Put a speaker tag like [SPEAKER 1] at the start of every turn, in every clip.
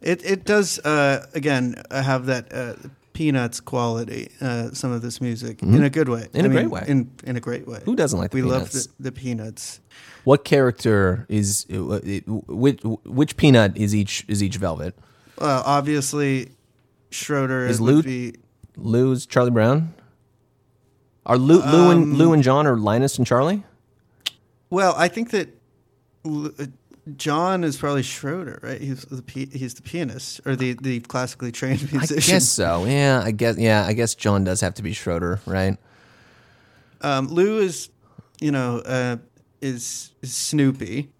[SPEAKER 1] It it does uh, again uh, have that uh, peanuts quality. Uh, some of this music in a good way,
[SPEAKER 2] Mm-hmm. In
[SPEAKER 1] a
[SPEAKER 2] a great way.
[SPEAKER 1] in in a great way.
[SPEAKER 2] Who doesn't like the
[SPEAKER 1] we
[SPEAKER 2] Peanuts?
[SPEAKER 1] love the, the peanuts.
[SPEAKER 2] What character is which? Which peanut is each is each Velvet?
[SPEAKER 1] Uh, obviously, Schroeder
[SPEAKER 2] Is
[SPEAKER 1] it would
[SPEAKER 2] Lute-
[SPEAKER 1] be-
[SPEAKER 2] Lou's Charlie Brown. Are Lou, Lou
[SPEAKER 1] Um,
[SPEAKER 2] and Lou and John or Linus and Charlie?
[SPEAKER 1] Well, I think that L- uh, John is probably Schroeder, right? He's the pi- he's the pianist or the, the classically trained
[SPEAKER 2] I
[SPEAKER 1] musician.
[SPEAKER 2] guess so. Yeah, I guess. Yeah, I guess John does have to be Schroeder, right?
[SPEAKER 1] Um, Lou is, you know, uh, is, is Snoopy.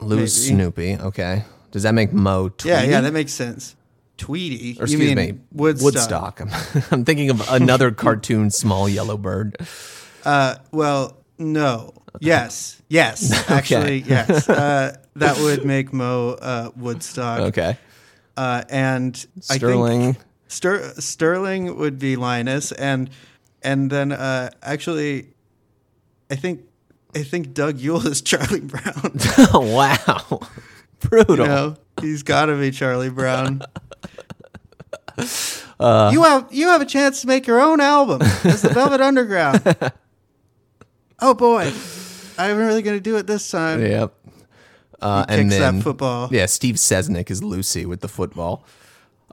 [SPEAKER 2] Lou's
[SPEAKER 1] Maybe.
[SPEAKER 2] Snoopy. Okay. Does that make Mo? Tweety?
[SPEAKER 1] Yeah, yeah, that makes sense. Tweety.
[SPEAKER 2] Or
[SPEAKER 1] you mean
[SPEAKER 2] excuse me,
[SPEAKER 1] Woodstock.
[SPEAKER 2] I'm, I'm thinking of another cartoon, Small Yellow Bird.
[SPEAKER 1] Uh, well, no. Yes. Yes. Actually, yes. Uh, that would make Mo uh, Woodstock.
[SPEAKER 2] Okay.
[SPEAKER 1] Uh, and I think
[SPEAKER 2] Sterling.
[SPEAKER 1] Ster- Sterling would be Linus, and and then uh, actually, I think I think Doug Yule is Charlie Brown.
[SPEAKER 2] wow. Brutal.
[SPEAKER 1] you know, he's got to be Charlie Brown.
[SPEAKER 2] Uh.
[SPEAKER 1] you have you have a chance to make your own album as the Velvet Underground. oh boy, I'm really gonna do it this time.
[SPEAKER 2] Yep. Uh,
[SPEAKER 1] Kicks
[SPEAKER 2] and then
[SPEAKER 1] that football.
[SPEAKER 2] Yeah, Steve Sesnick is Lucy with the football.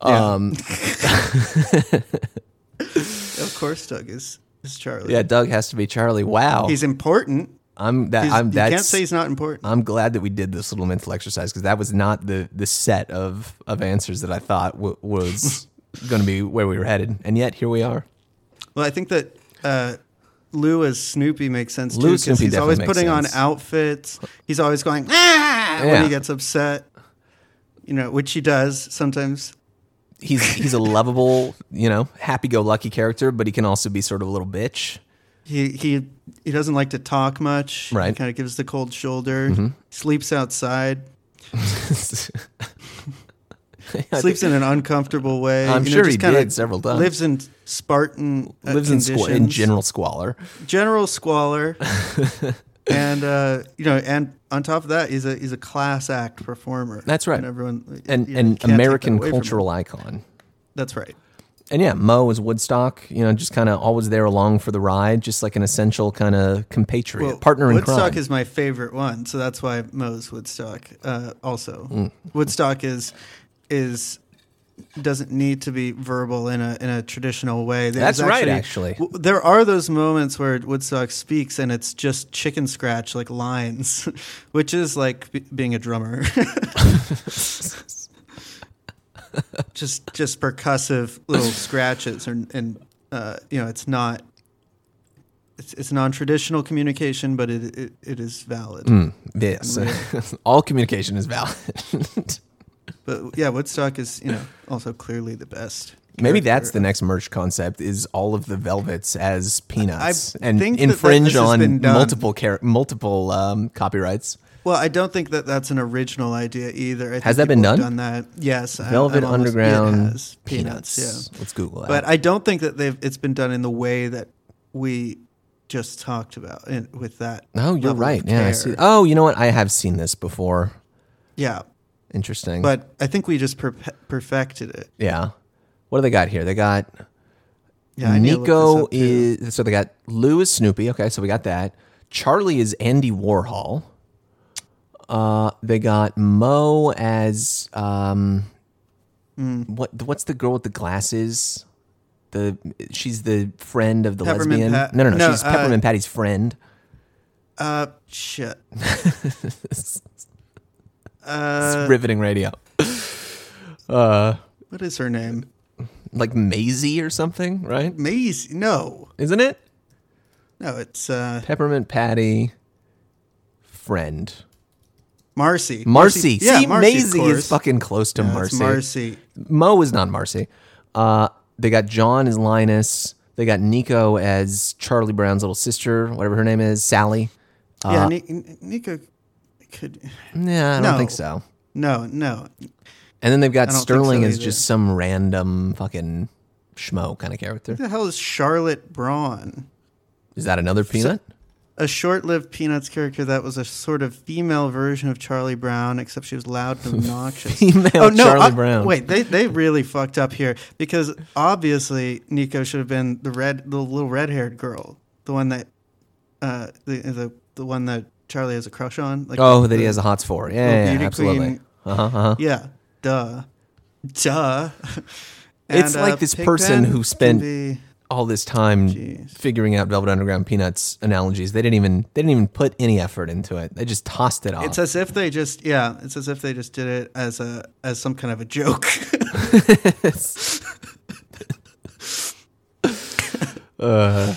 [SPEAKER 1] Yeah.
[SPEAKER 2] Um,
[SPEAKER 1] Of course, Doug is is Charlie.
[SPEAKER 2] yeah, Doug has to be Charlie. Wow,
[SPEAKER 1] he's important.
[SPEAKER 2] I'm that.
[SPEAKER 1] He's-
[SPEAKER 2] I'm
[SPEAKER 1] you can't
[SPEAKER 2] that's. Uh.
[SPEAKER 1] say he's not important.
[SPEAKER 2] I'm glad that we did this little mental exercise because that was not the the set of of answers that I thought w- was going to be where we were headed, and yet here we are.
[SPEAKER 1] Well, I think that uh, Lou as Snoopy makes sense
[SPEAKER 2] Lou
[SPEAKER 1] too
[SPEAKER 2] as
[SPEAKER 1] because
[SPEAKER 2] Snoopy
[SPEAKER 1] he's
[SPEAKER 2] definitely
[SPEAKER 1] always
[SPEAKER 2] makes
[SPEAKER 1] putting
[SPEAKER 2] sense.
[SPEAKER 1] on outfits. He's always going ah when
[SPEAKER 2] Yeah.
[SPEAKER 1] he gets upset. You know, which he does sometimes.
[SPEAKER 2] He's he's a lovable, you know, happy go lucky character, but he can also be sort of a little bitch.
[SPEAKER 1] He he he doesn't like to talk much. He
[SPEAKER 2] Right. Mm-hmm.
[SPEAKER 1] kind of gives the cold shoulder. Sleeps outside. Sleeps in an uncomfortable way.
[SPEAKER 2] I'm
[SPEAKER 1] You know,
[SPEAKER 2] sure
[SPEAKER 1] just
[SPEAKER 2] he
[SPEAKER 1] kinda
[SPEAKER 2] did several times.
[SPEAKER 1] Lives in Spartan. uh,
[SPEAKER 2] Lives in squa- in
[SPEAKER 1] conditions.
[SPEAKER 2] general squalor.
[SPEAKER 1] general squalor. and uh, you know, and on top of that, he's a he's a class act performer.
[SPEAKER 2] That's right.
[SPEAKER 1] And everyone
[SPEAKER 2] and
[SPEAKER 1] you know,
[SPEAKER 2] an
[SPEAKER 1] can't take that
[SPEAKER 2] American
[SPEAKER 1] away from him.
[SPEAKER 2] cultural icon.
[SPEAKER 1] That's right.
[SPEAKER 2] And yeah, Mo is Woodstock, you know, just kind of always there along for the ride, just like an essential kind of compatriot, partner in
[SPEAKER 1] Woodstock
[SPEAKER 2] crime.
[SPEAKER 1] is my favorite one, so that's why Moe's Woodstock. Uh, also,
[SPEAKER 2] Mm.
[SPEAKER 1] Woodstock is is doesn't need to be verbal in a in a traditional way. There's
[SPEAKER 2] That's right, actually.
[SPEAKER 1] w- there are those moments where Woodstock speaks, and it's just chicken scratch like lines, which is like b- being a drummer. just just percussive little scratches, and, and uh, you know it's not. It's, it's non-traditional communication, but it it, it is valid.
[SPEAKER 2] Hmm. Yes. All communication is valid.
[SPEAKER 1] But yeah, Woodstock is you know also clearly the best.
[SPEAKER 2] Maybe that's the next merch concept is all of the velvets as peanuts
[SPEAKER 1] I
[SPEAKER 2] and
[SPEAKER 1] think that
[SPEAKER 2] infringe
[SPEAKER 1] this has been
[SPEAKER 2] on
[SPEAKER 1] done.
[SPEAKER 2] multiple char- multiple um, copyrights.
[SPEAKER 1] Well, I don't think that that's an original idea either. I think
[SPEAKER 2] Has that been
[SPEAKER 1] people have
[SPEAKER 2] done?
[SPEAKER 1] Done that? Yes. I-
[SPEAKER 2] Velvet
[SPEAKER 1] I'm almost-
[SPEAKER 2] Underground
[SPEAKER 1] it has.
[SPEAKER 2] peanuts.
[SPEAKER 1] peanuts. Yeah.
[SPEAKER 2] Let's Google that.
[SPEAKER 1] But I don't think that they've. It's been done in the way that we just talked about in, with that.
[SPEAKER 2] oh,
[SPEAKER 1] level
[SPEAKER 2] you're
[SPEAKER 1] of
[SPEAKER 2] right. Yeah, I
[SPEAKER 1] care.
[SPEAKER 2] see. Oh, you know what? I have seen this before.
[SPEAKER 1] Yeah,
[SPEAKER 2] Interesting.
[SPEAKER 1] but I think we just perpe- perfected it.
[SPEAKER 2] yeah, what do they got here? They got
[SPEAKER 1] Yeah, I need to look this
[SPEAKER 2] Nico
[SPEAKER 1] up, too.
[SPEAKER 2] is so they got Lou is Snoopy. Okay, so we got that. Charlie is Andy Warhol. Uh, they got Mo as um,
[SPEAKER 1] Hmm.
[SPEAKER 2] what? What's the girl with the glasses? The she's the friend of the
[SPEAKER 1] Peppermint
[SPEAKER 2] lesbian.
[SPEAKER 1] Pat-
[SPEAKER 2] no, no, no,
[SPEAKER 1] no,
[SPEAKER 2] She's
[SPEAKER 1] uh,
[SPEAKER 2] Peppermint Patty's friend.
[SPEAKER 1] Uh, shit. uh,
[SPEAKER 2] It's riveting radio.
[SPEAKER 1] What is her name?
[SPEAKER 2] Like Maisie or something, right?
[SPEAKER 1] Maisie? No,
[SPEAKER 2] Isn't it?
[SPEAKER 1] no, it's uh,
[SPEAKER 2] Peppermint Patty, friend.
[SPEAKER 1] Marcy.
[SPEAKER 2] Marcy.
[SPEAKER 1] Yeah,
[SPEAKER 2] See,
[SPEAKER 1] Marcy, of
[SPEAKER 2] Maisie
[SPEAKER 1] course.
[SPEAKER 2] is fucking close to
[SPEAKER 1] Yeah, it's
[SPEAKER 2] Marcy.
[SPEAKER 1] Marcy.
[SPEAKER 2] Mo is not Marcy. Uh, they got John as Linus. They got Nico as Charlie Brown's little sister, whatever her name is, Sally. Uh,
[SPEAKER 1] yeah, Ni- Ni- Nico could.
[SPEAKER 2] Yeah, I don't
[SPEAKER 1] No.
[SPEAKER 2] think so.
[SPEAKER 1] No, no.
[SPEAKER 2] And then they've got
[SPEAKER 1] I don't think so
[SPEAKER 2] Sterling as
[SPEAKER 1] either.
[SPEAKER 2] just some random fucking schmo kind of character.
[SPEAKER 1] Who the hell is Charlotte Braun? Oh,
[SPEAKER 2] Is that another peanut?
[SPEAKER 1] a short-lived Peanuts character that was a sort of female version of Charlie Brown, except she was loud and obnoxious. Oh,
[SPEAKER 2] Female Charlie Brown.
[SPEAKER 1] uh, Wait, they they really fucked up here because obviously Nico should have been the red, the little red-haired girl, the one that, uh, the the the one that Charlie has a crush on. Like
[SPEAKER 2] Oh,
[SPEAKER 1] the-
[SPEAKER 2] that he
[SPEAKER 1] the-
[SPEAKER 2] has a hots for. Yeah,
[SPEAKER 1] little
[SPEAKER 2] yeah,
[SPEAKER 1] beauty
[SPEAKER 2] yeah, absolutely.
[SPEAKER 1] queen.
[SPEAKER 2] Uh-huh, uh-huh.
[SPEAKER 1] Yeah, duh, duh.
[SPEAKER 2] It's like this person who
[SPEAKER 1] Pigpen
[SPEAKER 2] spent-
[SPEAKER 1] can be-
[SPEAKER 2] All this time
[SPEAKER 1] Jeez.
[SPEAKER 2] figuring out Velvet Underground Peanuts analogies, they didn't even they didn't even put any effort into it. They just tossed it off.
[SPEAKER 1] It's as if they just yeah. It's as if they just did it as a as some kind of a joke.
[SPEAKER 2] uh,